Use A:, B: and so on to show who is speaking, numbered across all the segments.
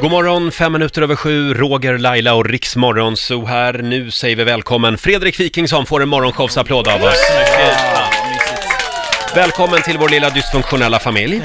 A: God morgon, fem minuter över sju, Roger, Laila och Riksmorgon så här. Nu säger vi välkommen Fredrik Wikingsson får en morgonshowsapplåd av oss. Välkommen till vår lilla dysfunktionella familj.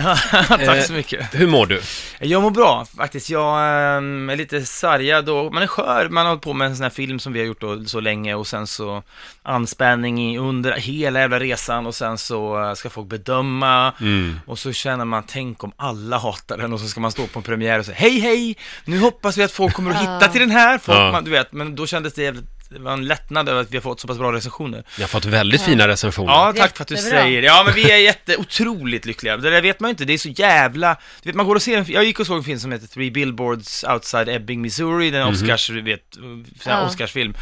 B: Tack så mycket.
A: Hur mår du?
B: Eh, Jag mår bra faktiskt. Jag ehm, är lite sargad och man är skör. Man har hållit på med en sån här film som vi har gjort då så länge och sen så anspänning i under hela jävla resan och sen så eh, ska folk bedöma
A: Mm.
B: och så känner man, tänk om alla hatar den och så ska man stå på en premiär och säga hej hej, nu hoppas vi att folk kommer att hitta till den här. Folk,
A: Ja.
B: man, du vet, men då kändes det jävligt, det var en lättnad över att vi har fått så pass bra recensioner.
A: Jag har fått väldigt fina recensioner.
B: Ja, tack för att du
C: Jättebra.
B: säger det. Ja, men vi är jätte, otroligt lyckliga. Det där vet man ju inte, det är så jävla... Du vet, man går och ser en... Jag gick och såg en film som heter Three Billboards Outside Ebbing, Missouri, den är en Oscars, du vet, sån här
C: Mhm. Ja.
B: Oscarsfilm.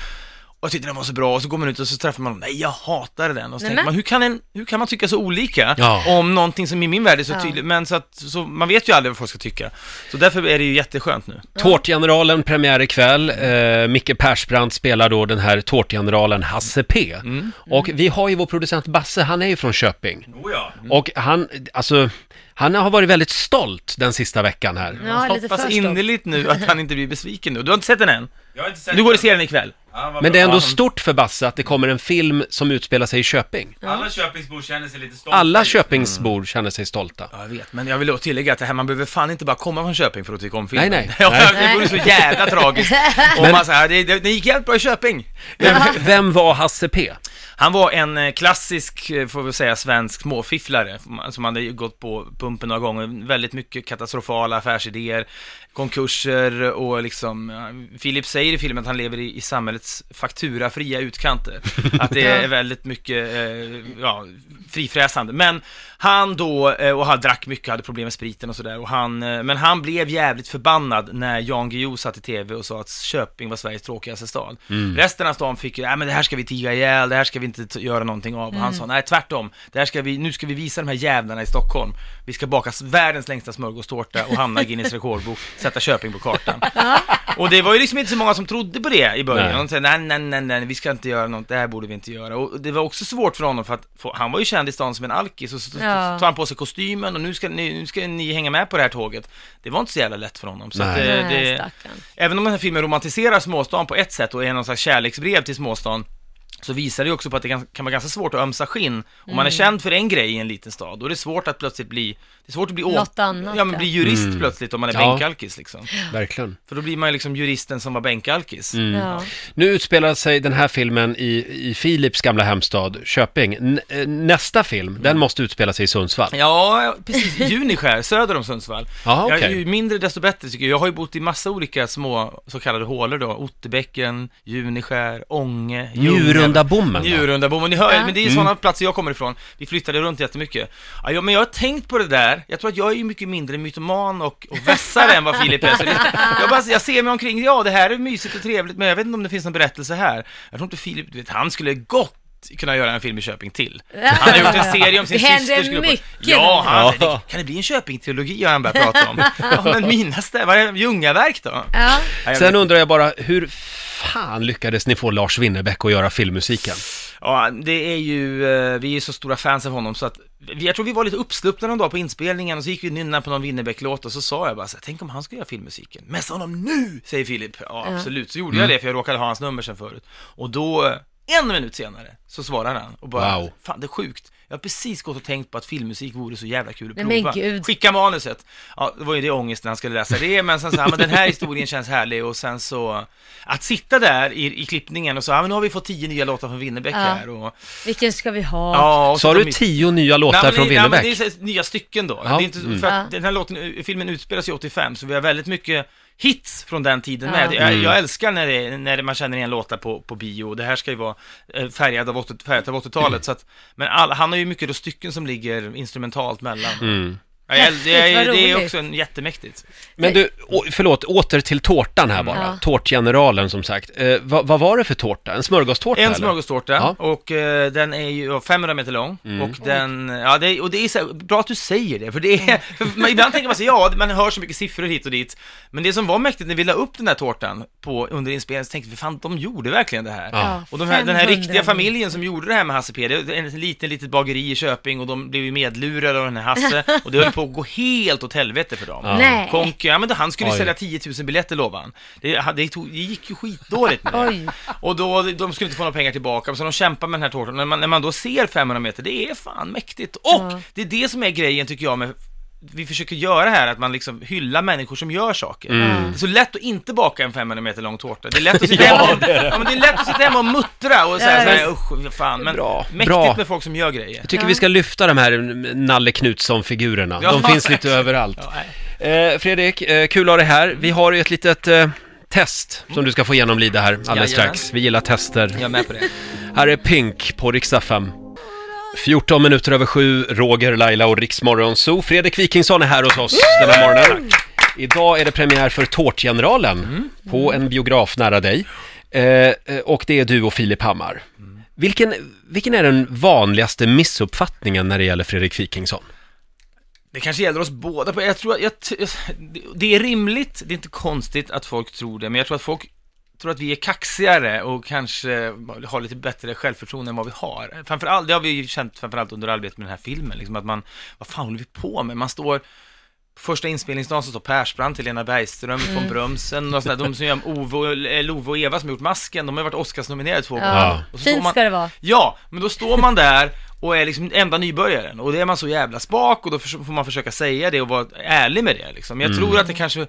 B: Och jag tyckte den var så bra, och så går man ut och så träffar man någon, nej jag hatar den. Och så tänker
C: Nej, men.
B: man, hur kan, en, hur kan man tycka så olika
A: Ja.
B: om någonting som i min värld är så
C: Ja.
B: tydligt, men så att, så man vet ju aldrig vad folk ska tycka. Så därför är det ju jätteskönt nu.
A: Tårtgeneralen premiär ikväll. Eh, Micke Persbrandt spelar då den här tårtgeneralen Hasse P.
B: Mm.
A: Och vi har ju vår producent Basse, han är ju från Köping.
B: Oh, ja.
A: Och han, alltså, han har varit väldigt stolt den sista veckan här.
C: Ja, lite
B: Hoppas
C: förstått.
B: innerligt nu att han inte blir besviken nu. Du har inte sett den än?
D: Jag har inte sett
B: Du går och ser den ikväll?
A: Men det är ändå
B: Ja.
A: stort för Basse att det kommer en film som utspelar sig i Köping.
D: Alla Köpingsbor känner sig lite stolta.
A: Alla Köpingsbor känner sig stolta.
B: Ja, jag vet, men jag vill då tillägga att det här, man behöver fan inte bara komma från Köping för att tycka om filmen.
A: Nej, nej.
B: Ja,
A: Nej.
B: det vore så jävla tragiskt. Om man säger, det, det, det gick jävligt bra i Köping.
A: Vem- Vem var Hasse P?
B: Han var en eh, klassisk, eh, får vi säga, svensk småfifflare som hade gått på pumpen några gånger. Väldigt mycket katastrofala affärsidéer, konkurser och liksom... ja, Filip säger i filmen att han lever i, i samhällets fakturafria utkanter. Att det är väldigt mycket, eh, ja, frifräsande. Men han då, eh, och han drack mycket, hade problem med spriten och sådär. Och han, eh, men han blev jävligt förbannad när Jan Guillou satt i TV och sa att Köping var Sveriges tråkigaste stad. Resten av stan fick ju, nej men det här ska vi tiga ihjäl, det här ska vi inte t- göra någonting av. Och han sa, nej tvärtom, det här ska vi, nu ska vi visa de här jävlarna i Stockholm. Vi ska baka s- världens längsta smörgåstårta och hamna i Guinness rekordbok, sätta Köping på kartan. Och det var ju liksom inte så många som trodde på det i början.
A: Nej.
B: De sa nej, nej, nej, nej, vi ska inte göra något, det här borde vi inte göra. Och det var också svårt för honom för att få, han var ju känd i stan som en alkis och så, så
C: Ja.
B: tar han på sig kostymen och nu ska, ni, nu ska ni hänga med på det här tåget. Det var inte så jävla lätt för honom. Så
A: Nej.
B: att, eh,
C: Nej,
B: det,
C: stackarn.
B: även om den här filmen romantiserar småstan på ett sätt och är någon slags kärleksbrev till småstan så visar det ju också på att det kan, kan vara ganska svårt att ömsa skinn. Om
C: Mm.
B: man är känd för en grej i en liten stad, då är det svårt att plötsligt bli... Det är svårt att bli... å-
C: Något annat,
B: Ja, men
C: ja.
B: bli jurist plötsligt om man är
A: Mm. Ja.
B: bänkalkis liksom.
A: Verkligen.
B: För då blir man ju liksom juristen som var bänkalkis.
A: Mm.
C: Ja.
A: Nu utspelar sig den här filmen i, i Filips gamla hemstad Köping. N- eh, nästa film, den måste utspela sig i Sundsvall.
B: Mm. Ja, precis. Juniskär, söder om Sundsvall.
A: Ja, okej.
B: jag, ju mindre desto bättre tycker jag. Jag har ju bott i massa olika små så kallade hålor då. Otterbäcken, Juniskär, Ånge, Ljunghem.
A: Njurundabommen, va?
B: Njurundabommen, ni hör ju,
C: Ja.
B: men det är sådana
A: Mm.
B: platser jag kommer ifrån. Vi flyttade runt jättemycket. Ja, jag- men jag har tänkt på det där. Jag tror att jag är ju mycket mindre mytoman och, och vässare än vad Filip är. Så det, jag, bara, jag ser mig omkring, ja det här är mysigt och trevligt, men jag vet inte om det finns någon berättelse här. Jag tror inte Filip, du vet, han skulle gott kunna göra en film i Köping till. Han har gjort en serie om sin
C: Det händer
B: systers grupp.
C: mycket
B: Ja,
C: nu.
B: han,
A: Ja.
B: kan det bli en Köping-teologi har han börjat prata om. Ja, men mina städer, vad är Ljungaverk då? Ja,
C: Ja.
B: jag vet
A: Sen undrar jag bara, hur fan lyckades ni få Lars Winnerbäck att göra filmmusiken?
B: Ja, det är ju, eh, vi är så stora fans av honom så att, vi- jag tror vi var lite uppsluppna någon dag på inspelningen och så gick vi och nynnade på någon Winnerbäck-låt och så sa jag bara så här, tänk om han skulle göra filmmusiken, messa honom nu, säger Filip. Ja, absolut, så gjorde
A: Mm.
B: jag det för jag råkade ha hans nummer sen förut. Och då, eh, en minut senare, så svarar han och bara,
A: Wow.
B: fan det är sjukt. Jag har precis gått och tänkt på att filmmusik vore så jävla kul att
C: Nej,
B: prova.
C: men gud.
B: Skicka manuset. Ja, det var ju det ångest när han skulle läsa det, men sen så här, men den här historien känns härlig och sen så, att sitta där i, i klippningen och så, ja men nu har vi fått tio nya låtar från Winnerbäck
C: Ja.
B: här och
C: Vilken ska vi ha?
B: Ja, och så
A: Sa
B: de-
A: du tio nya
B: Nej,
A: låtar
B: men det-
A: från
B: nej, men
A: Winnerbäck?
B: Det är så här nya stycken då.
A: Ja,
B: Det är inte,
A: mm.
B: för att
C: Ja.
B: den här låten, eh, filmen utspelas ju 85, så vi har väldigt mycket hits från den tiden
C: Ja.
B: med. Jag,
A: Mm.
B: jag älskar när, det, är- när det, man känner igen låtar på, på bio, det här ska ju vara eh, färgad av 80 färgat av 80-talet.
A: Mm.
B: Så att, men all, han har ju mycket då stycken som ligger instrumentalt mellan.
A: Mm.
B: Ja, jag, det,
C: Häftigt,
B: är-
C: vad
B: det är
C: roligt.
B: också en jättemäktigt.
A: Men du, å, förlåt, åter till tårtan
B: Mm.
A: här bara.
C: Ja.
A: Tårtgeneralen som sagt. Eh, vad, vad var det för tårta? En smörgåstårta
B: En
A: eller?
B: smörgåstårta
A: Ja.
B: och eh, den är ju ja, 500 meter lång och den, ja det, är- och det är så här, bra att du säger det för det är, för man, ibland tänker man sig ja man hör så mycket siffror hit och dit men det som var mäktigt när vi la upp den här tårtan på, under inspelningen så tänkte vi fan de gjorde verkligen det här.
A: Ja.
B: Och de här, den här
C: 500
B: riktiga familjen som gjorde det här med Hasse P, det är en liten litet bageri i Köping och de blev ju medlurade av den här Hasse och det höll på att gå helt åt helvete för dem.
A: Ja.
C: Nej.
B: Konk, ja, men då, han skulle ju
A: Oj.
B: sälja 10 000 biljetter lovade han. Det, han- det, tog, det gick ju skitdåligt med det.
C: Oj.
B: Och då, de skulle inte få några pengar tillbaka, så de kämpar med den här tårtan. När man, när man då ser 500 meter, det är fan mäktigt. Och
C: Ja.
B: det är det som är grejen tycker jag med vi försöker göra här, att man liksom hyllar människor som gör saker. Det är så lätt att inte baka en 500 meter lång tårta. Det är lätt att sitta, hemma, och, Mm. ja, men det är lätt att sitta hemma och muttra och säga
C: Ja,
B: såhär, usch, vad fan. Men
A: Bra.
B: mäktigt
A: Bra.
B: med folk som gör grejer.
A: Jag tycker
C: Ja.
A: vi ska lyfta de här mm, Nalle Knutsson-figurerna.
B: Ja.
A: De finns lite överallt.
B: Ja, nej.
A: Eh, Fredrik, eh, kul att ha dig här. Vi har ju ett litet eh, test som du ska få genomlida här alldeles
B: Jajamän.
A: strax. Vi gillar tester.
B: Jag är med på det.
A: Här är Pink på riksdag 5. 14 minuter över sju, Roger, Laila och Riksmorgon Zoo. Fredrik Wikingsson är här hos oss den här morgonen. Idag är det premiär för Tårtgeneralen på en biograf nära dig. Eh, eh, och det är du och Filip Hammar. Vilken, vilken är den vanligaste missuppfattningen när det gäller Fredrik Wikingsson?
B: Det kanske gäller oss båda. på- Jag tror att, jag, t- det är rimligt, det är inte konstigt att folk tror det, men jag tror att folk tror att vi är kaxigare och kanske har lite bättre självförtroende än vad vi har. Framförallt, det har vi ju känt framförallt under arbetet med den här filmen, liksom att man, vad fan håller vi på med? Man står, första inspelningsdagen så står Persbrandt, Helena Bergström, von Brömsen och sådär, de som gör Ove, eh, Love och Eva som har gjort Masken, de har ju varit Oscarsnominerade två gånger.
A: Ja.
B: Och så står
C: Fint
B: man-
C: ska det vara.
B: Ja, men då står man där och är liksom enda nybörjaren och då är man så jävla spak och då förs- får man försöka säga det och vara ärlig med det liksom. Jag tror att det kanske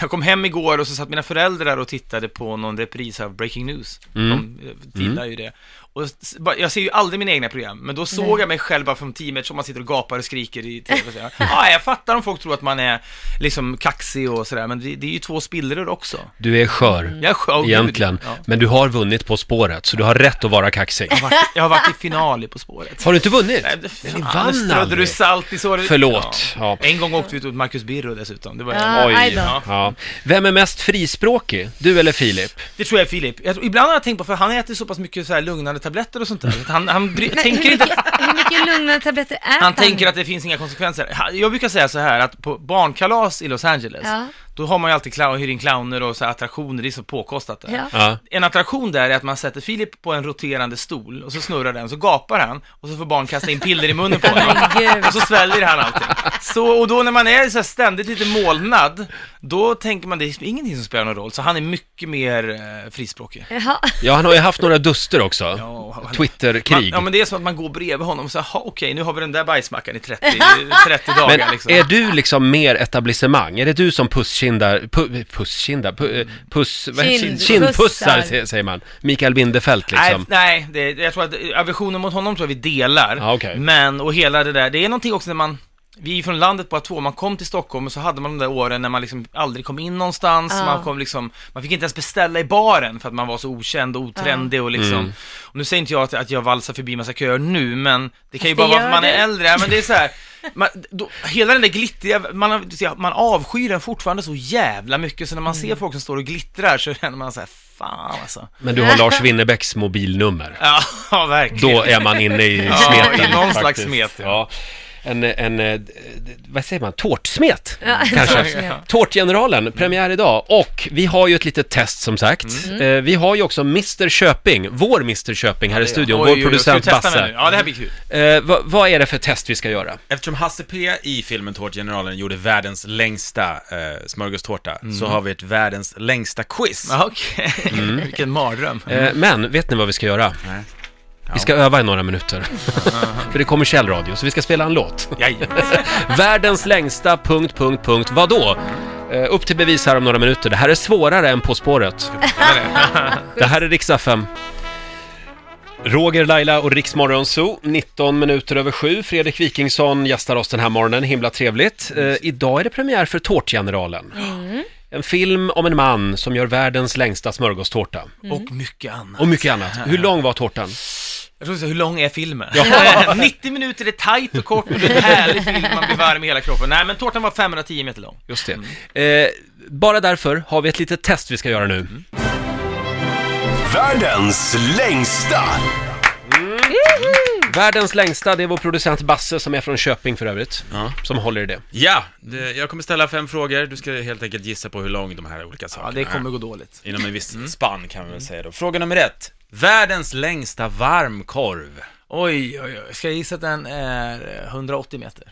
B: jag kom hem igår och så satt mina föräldrar och tittade på någon repris av Breaking News. De eh, gillar ju det. Och s- bara- jag ser ju aldrig mina egna program, men då såg jag mig själv bara från teamet som man sitter och gapar och skriker i tv. och så här. Ja, jag fattar om folk tror att man är liksom kaxig och sådär, men det, det är ju två spillror också.
A: Du är skör,
B: Jag är sj- oh, gud.
A: egentligen.
B: Ja.
A: Men du har vunnit På spåret, så du har rätt att vara kaxig.
B: Jag har varit- Jag har varit i final i På spåret.
A: Har du inte vunnit?
B: Nej, det-
A: Men ni
B: fan,
A: vann
B: nu strödde
A: aldrig.
B: du salt i såret.
A: Förlåt.
B: Ja.
A: Ja.
B: En gång åkte vi ut mot Marcus Birro dessutom. Det, var
C: Ja. Oj. aj då.
A: Ja. Vem är mest frispråkig? Du eller Filip?
B: det tror jag är Filip. Jag tror, ibland har jag tänkt på, för han äter så pass mycket så här lugnande tabletter och sånt där. att Han, han bry,
C: Men
B: tänker
C: hur,
B: inte
C: mycket,
B: att,
C: hur mycket lugnande tabletter äter
B: han tänker att det finns inga konsekvenser. Han- Jag brukar säga så här att på barnkalas i Los Angeles,
C: Ja.
B: då har man ju alltid clown, hyr in clowner och så här attraktioner, det är så påkostat där.
C: Ja.
A: Ja.
B: En attraktion där är att man sätter Filip på en roterande stol och så snurrar den, så gapar han och så får barn kasta in piller i munnen på honom.
C: Herregud.
B: Och så sväljer han allting. Så, och då när man är så här ständigt lite molnad, då tänker man det är ingenting som spelar någon roll. Så han är mycket mer eh, frispråkig.
C: Jaha.
A: ja, han har ju haft några duster också.
B: och han- Man,
A: Twitterkrig.
B: ja men det är som att man går bredvid honom och säger, "Jaha, okej nu har vi den där bajsmackan i 30, 30 dagar
A: men
B: liksom.
A: är du liksom mer etablissemang? Är det du som pusskindar, pu, pusskindar, pu, eh, puss, vad heter-
C: Kind-
A: kindpussar
C: pussar.
A: se- säger man? Mikael Bindefeld liksom.
B: Nej, nej det, jag tror att eh, aversionen mot honom tror jag vi delar.
A: Ja, okej.
B: Men, och hela det där, det är någonting också när man vi är ju från landet bara två, man kom till Stockholm och så hade man de där åren när man liksom aldrig kom in någonstans,
C: Ja.
B: man kom liksom, man fick inte ens beställa i baren för att man var så okänd och otrendig
C: Ah.
B: och liksom, och nu säger inte jag att, att jag valsar förbi massa köer nu, men det kan ju
C: Fast
B: bara
C: det
B: vara för att
C: gör
B: man är
C: du.
B: äldre, Ja, men det är så här, man, då, hela den där glittriga, man, har- man avskyr den fortfarande så jävla mycket, så när
C: Mm.
B: man ser folk som står och glittrar så känner man så här, fan alltså.
A: Men du har Lars Winnerbäcks mobilnummer.
B: Ja, ja, verkligen.
A: Då är man inne i
B: Ja,
A: smeten.
B: i någon
A: faktiskt.
B: slags smet, ja.
A: ja. En, en, eh, d- d- vad säger man, tårtsmet?
C: Ja,
A: Kanske.
C: tårtsmet.
A: Tårtgeneralen, premiär idag. Och vi har ju ett litet test som sagt.
B: Mm.
A: Eh, Vi har ju också Mr Köping, vår Mr Köping här i studion,
B: Oj,
A: vår
B: oj, oj,
A: producent
B: ska vi testa den nu?
A: Basse.
B: Ja, det här blir kul.
A: Eh, vad, vad är det för test vi ska göra?
D: Eftersom Hasse P i filmen Tårtgeneralen gjorde världens längsta eh, smörgåstårta, så har vi ett världens längsta quiz.
B: Mm. Ja, Okej, vilken mardröm.
A: Mm. Eh, men, vet ni vad vi ska göra?
D: Nej.
A: Vi ska öva i några minuter. För det är kommersiell radio, så vi ska spela en låt.
B: Jajamän.
A: Världens längsta... Punkt, punkt, punkt. Vadå? Eh, upp till bevis här om några minuter. Det här är svårare än På spåret. Det här är riksdag 5. Roger, Laila och Riksmorgon Zoo, 19 minuter över sju. Fredrik Wikingsson gästar oss den här morgonen, himla trevligt. Eh, idag är det premiär för Tårtgeneralen. En film om en man som gör världens längsta smörgåstårta.
B: Och mycket annat.
A: Och mycket annat. Hur lång var tårtan?
B: Jag tror att säga, hur lång är filmen? 90 minuter är tajt och kort och det är en härlig film, man blir varm i hela kroppen. Nej, men tårtan var 510 meter lång.
A: Just det.
D: Mm.
A: Eh, bara därför har vi ett litet test vi ska göra nu.
E: Världens längsta
D: Mm.
A: Världens längsta, det är vår producent Basse som är från Köping för övrigt,
D: Ja.
A: som håller i det.
D: Ja, det, jag kommer ställa fem frågor. Du ska helt enkelt gissa på hur lång de här olika sakerna
B: Ja, det kommer Mm. gå dåligt.
D: är. Inom en viss spann kan vi väl säga då. Fråga nummer ett. Världens längsta varmkorv.
B: Oj, oj, oj. Ska jag gissa att den är eh, 180 meter?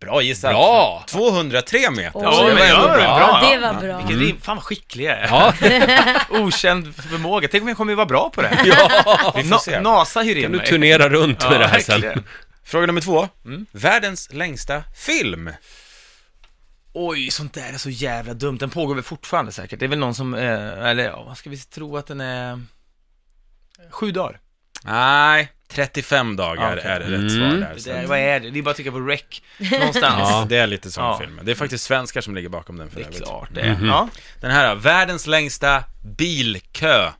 D: Bra gissat.
A: Bra!
D: 203 meter.
C: Oj.
D: det var
B: men
D: ändå
B: ja,
D: bra.
B: bra.
C: det var bra.
B: Vilket rim, fan vad skicklig jag är.
A: Mm. Ja,
B: Okänd förmåga. Tänk om jag kommer vara bra på det här.
D: Vi får se.
B: Na- Nasa hyr in
A: kan du
B: mig.
A: turnera runt med det här sen?
B: verkligen.
D: Fråga nummer två.
B: Mm.
D: Världens längsta film.
B: Oj, sånt där är så jävla dumt. Den pågår väl fortfarande säkert. Det är väl någon som, eh, eller ja, vad ska vi tro att den är? Sju dagar.
D: Nej, 35 dagar
B: Ah, okej.
D: är det rätt
A: Mm.
D: svar där.
B: Det
D: så
B: där,
D: att-
B: vad är det? Det är bara att trycka på rec någonstans.
D: Ja, det är lite sån
B: Ja.
D: film. Det är faktiskt svenskar som ligger bakom den för
B: Det är
D: övrigt.
B: klart det är. Ja.
D: Den här, då, världens längsta bilkö.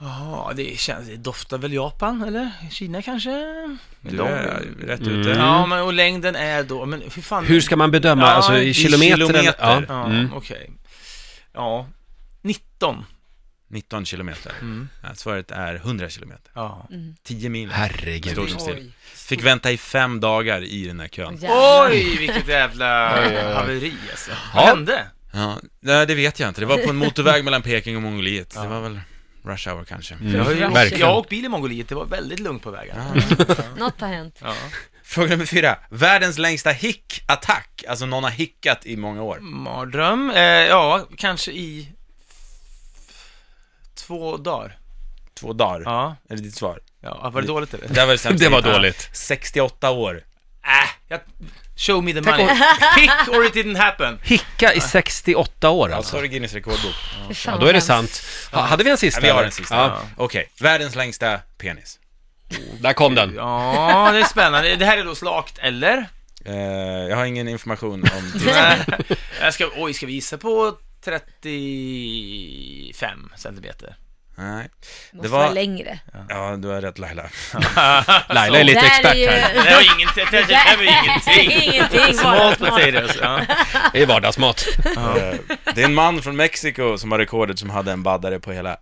B: Jaha, det känns, det doftar väl Japan eller Kina kanske?
D: Du
B: De-
D: är Mm. rätt ute.
A: Mm.
B: Ja, men och längden är då, men hur fan...
A: Hur ska man bedöma,
B: Ja,
A: alltså
B: i
A: i kilometer? Eller?
D: kilometer.
A: Ja.
B: Ja,
A: Mm.
B: okej. Ja, 19.
D: 19 kilometer.
B: Mm.
D: Ja, Svaret är 100 kilometer.
B: Ja.
D: 10 mil.
A: Herregud.
D: Stod de still. Fick vänta i fem dagar i den här kön.
C: Jävlar.
B: Oj, vilket jävla haveri alltså.
A: Ja.
B: Vad hände?
D: Ja, nej, det vet jag inte. Det var på en motorväg mellan Peking och Mongoliet. Det var väl rush hour kanske.
A: Mm.
B: Jag har ju åkt,
A: verkligen.
B: jag har åkt bil i Mongoliet, det var väldigt lugnt på vägen.
C: Något har hänt.
B: Ja.
D: Fråga nummer fyra. Världens längsta hickattack. Alltså någon har hickat i många år.
B: Mardröm, eh, ja, kanske i f- två dagar.
D: Två dagar.
B: Ja,
D: Är det ditt svar?
B: ja var det dåligt eller?
D: Det var, det sämsta.
A: Det var dåligt.
D: 68 år.
B: Äh, jag, show me the money. Pick or it didn't happen.
A: Hicka i 68 år
D: Ja, så
A: alltså.
D: har du Guinness rekordbok.
C: Fy fan
A: Ja, då
C: vad
A: är det
C: hemskt.
A: sant. Ha, hade vi en sista?
D: Ja, vi har
A: eller?
D: en sista.
A: Ja,
D: Okej, världens längsta penis.
A: där kom den.
B: Ja, det är spännande. Det här är då slakt, eller?
D: Eh, jag har ingen information om det.
B: Nej. jag ska, oj, ska vi gissa på 35 centimeter?
D: Nej. Det
C: Måste vara
D: var...
C: längre.
D: Ja, du har rätt Laila.
A: Laila är lite expert här.
B: Det var inget, 35 är ingenting.
C: Ingenting.
B: Small
C: bara.
B: potatoes, ja.
A: Det är vardagsmat.
D: Eh, Det är en man från Mexiko som har rekordet som hade en baddare på hela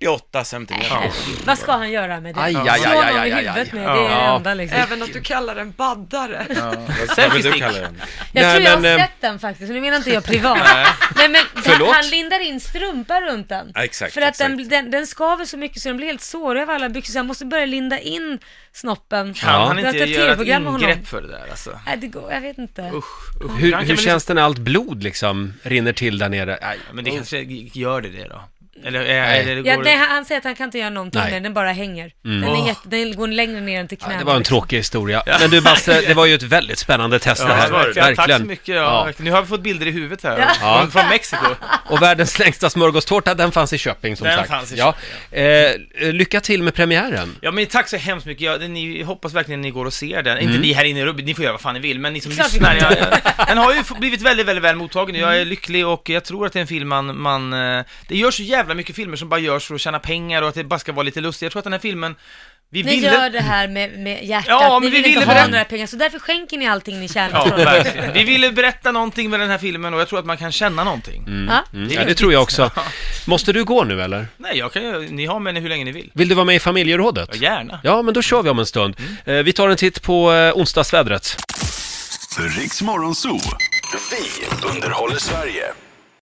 D: 48 centimeter.
C: Vad ska han göra med det?
A: Aj, aj,
C: Slå
A: aj, aj,
C: någon
A: aj,
C: i
A: aj,
C: huvudet
A: aj.
C: med, det är
A: Ja.
C: det enda liksom.
F: Även att du kallar den baddare.
D: Vad vill du
B: Selfie-stick.
D: kalla den?
C: Jag
A: Nej,
C: tror jag
A: men,
C: har
A: eh,
C: sett den faktiskt, nu menar inte jag privat. Nej men
A: Förlåt?
C: han, han lindar in strumpa runt den.
D: Ja, exakt,
C: för att den,
D: exakt.
C: den, den skaver så mycket så den blir helt sårig av alla byxor så han måste börja linda in snoppen.
B: Kan han
C: Det var
B: inte göra
C: ett
B: ett
C: TV-program med honom.
B: ingrepp för det där alltså?
C: Nej det går, jag vet inte.
B: Usch, usch.
A: Hur,
B: Han kan
A: hur
B: väl
A: känns det när allt blod liksom rinner till där nere? Aj.
B: liksom- Men det kanske gör det det då? Eller, eh,
A: Nej.
B: eller det går...
C: Ja, nej, han, han säger att han kan inte göra någonting
A: Nej.
C: med den, den bara hänger. Den, är
B: Åh.
C: jätte, den går längre ner än till
A: Ja,
C: knäna.
A: det var en tråkig historia. Men du Basse, det var ju ett väldigt spännande test
B: Ja,
A: det här.
B: verkligen. Tack så mycket. Ja.
A: Ja.
B: Nu har vi fått bilder i huvudet här. Från, från Mexiko.
A: Och världens längsta smörgåstårta, den fanns i Köping som
B: Den
A: sagt.
B: fanns i Mm.
A: ja. Eh, lycka till med premiären.
B: Ja men tack så hemskt mycket, jag, ni, jag hoppas verkligen ni går och ser den.
A: Mm.
B: Inte ni här inne i rummet, ni får göra vad fan ni vill, men ni som
C: Klart vi Mm.
B: lyssnar. Jag, jag, den har ju f- blivit väldigt, väldigt väl mottagen och jag är lycklig och jag tror att det är en film man, man... eh, Det görs så jävla mycket filmer som bara görs för att tjäna pengar och att det bara ska vara lite lustigt. Jag tror att den här filmen, vi
C: Ni
B: ville...
C: gör det här med, med hjärtat,
B: Ja,
C: ni
B: men vi
C: vill
B: ville
C: inte ha
B: berätta-
C: några pengar, så därför skänker ni allting ni tjänar.
B: Ja,
C: från det.
B: verkligen. Vi ville berätta någonting med den här filmen och jag tror att man kan känna någonting.
C: Ja?
A: Mm. Ja, det tror jag också. Måste du gå nu eller?
B: Nej, jag kan ju, ni har med ni hur länge ni vill.
A: Vill du vara med i familjerådet?
B: Ja, Mm. gärna.
A: Ja, men då kör vi om en stund. Eh, vi tar en titt på eh, onsdagsvädret.
E: Riks Morgonzoo. Vi underhåller Sverige.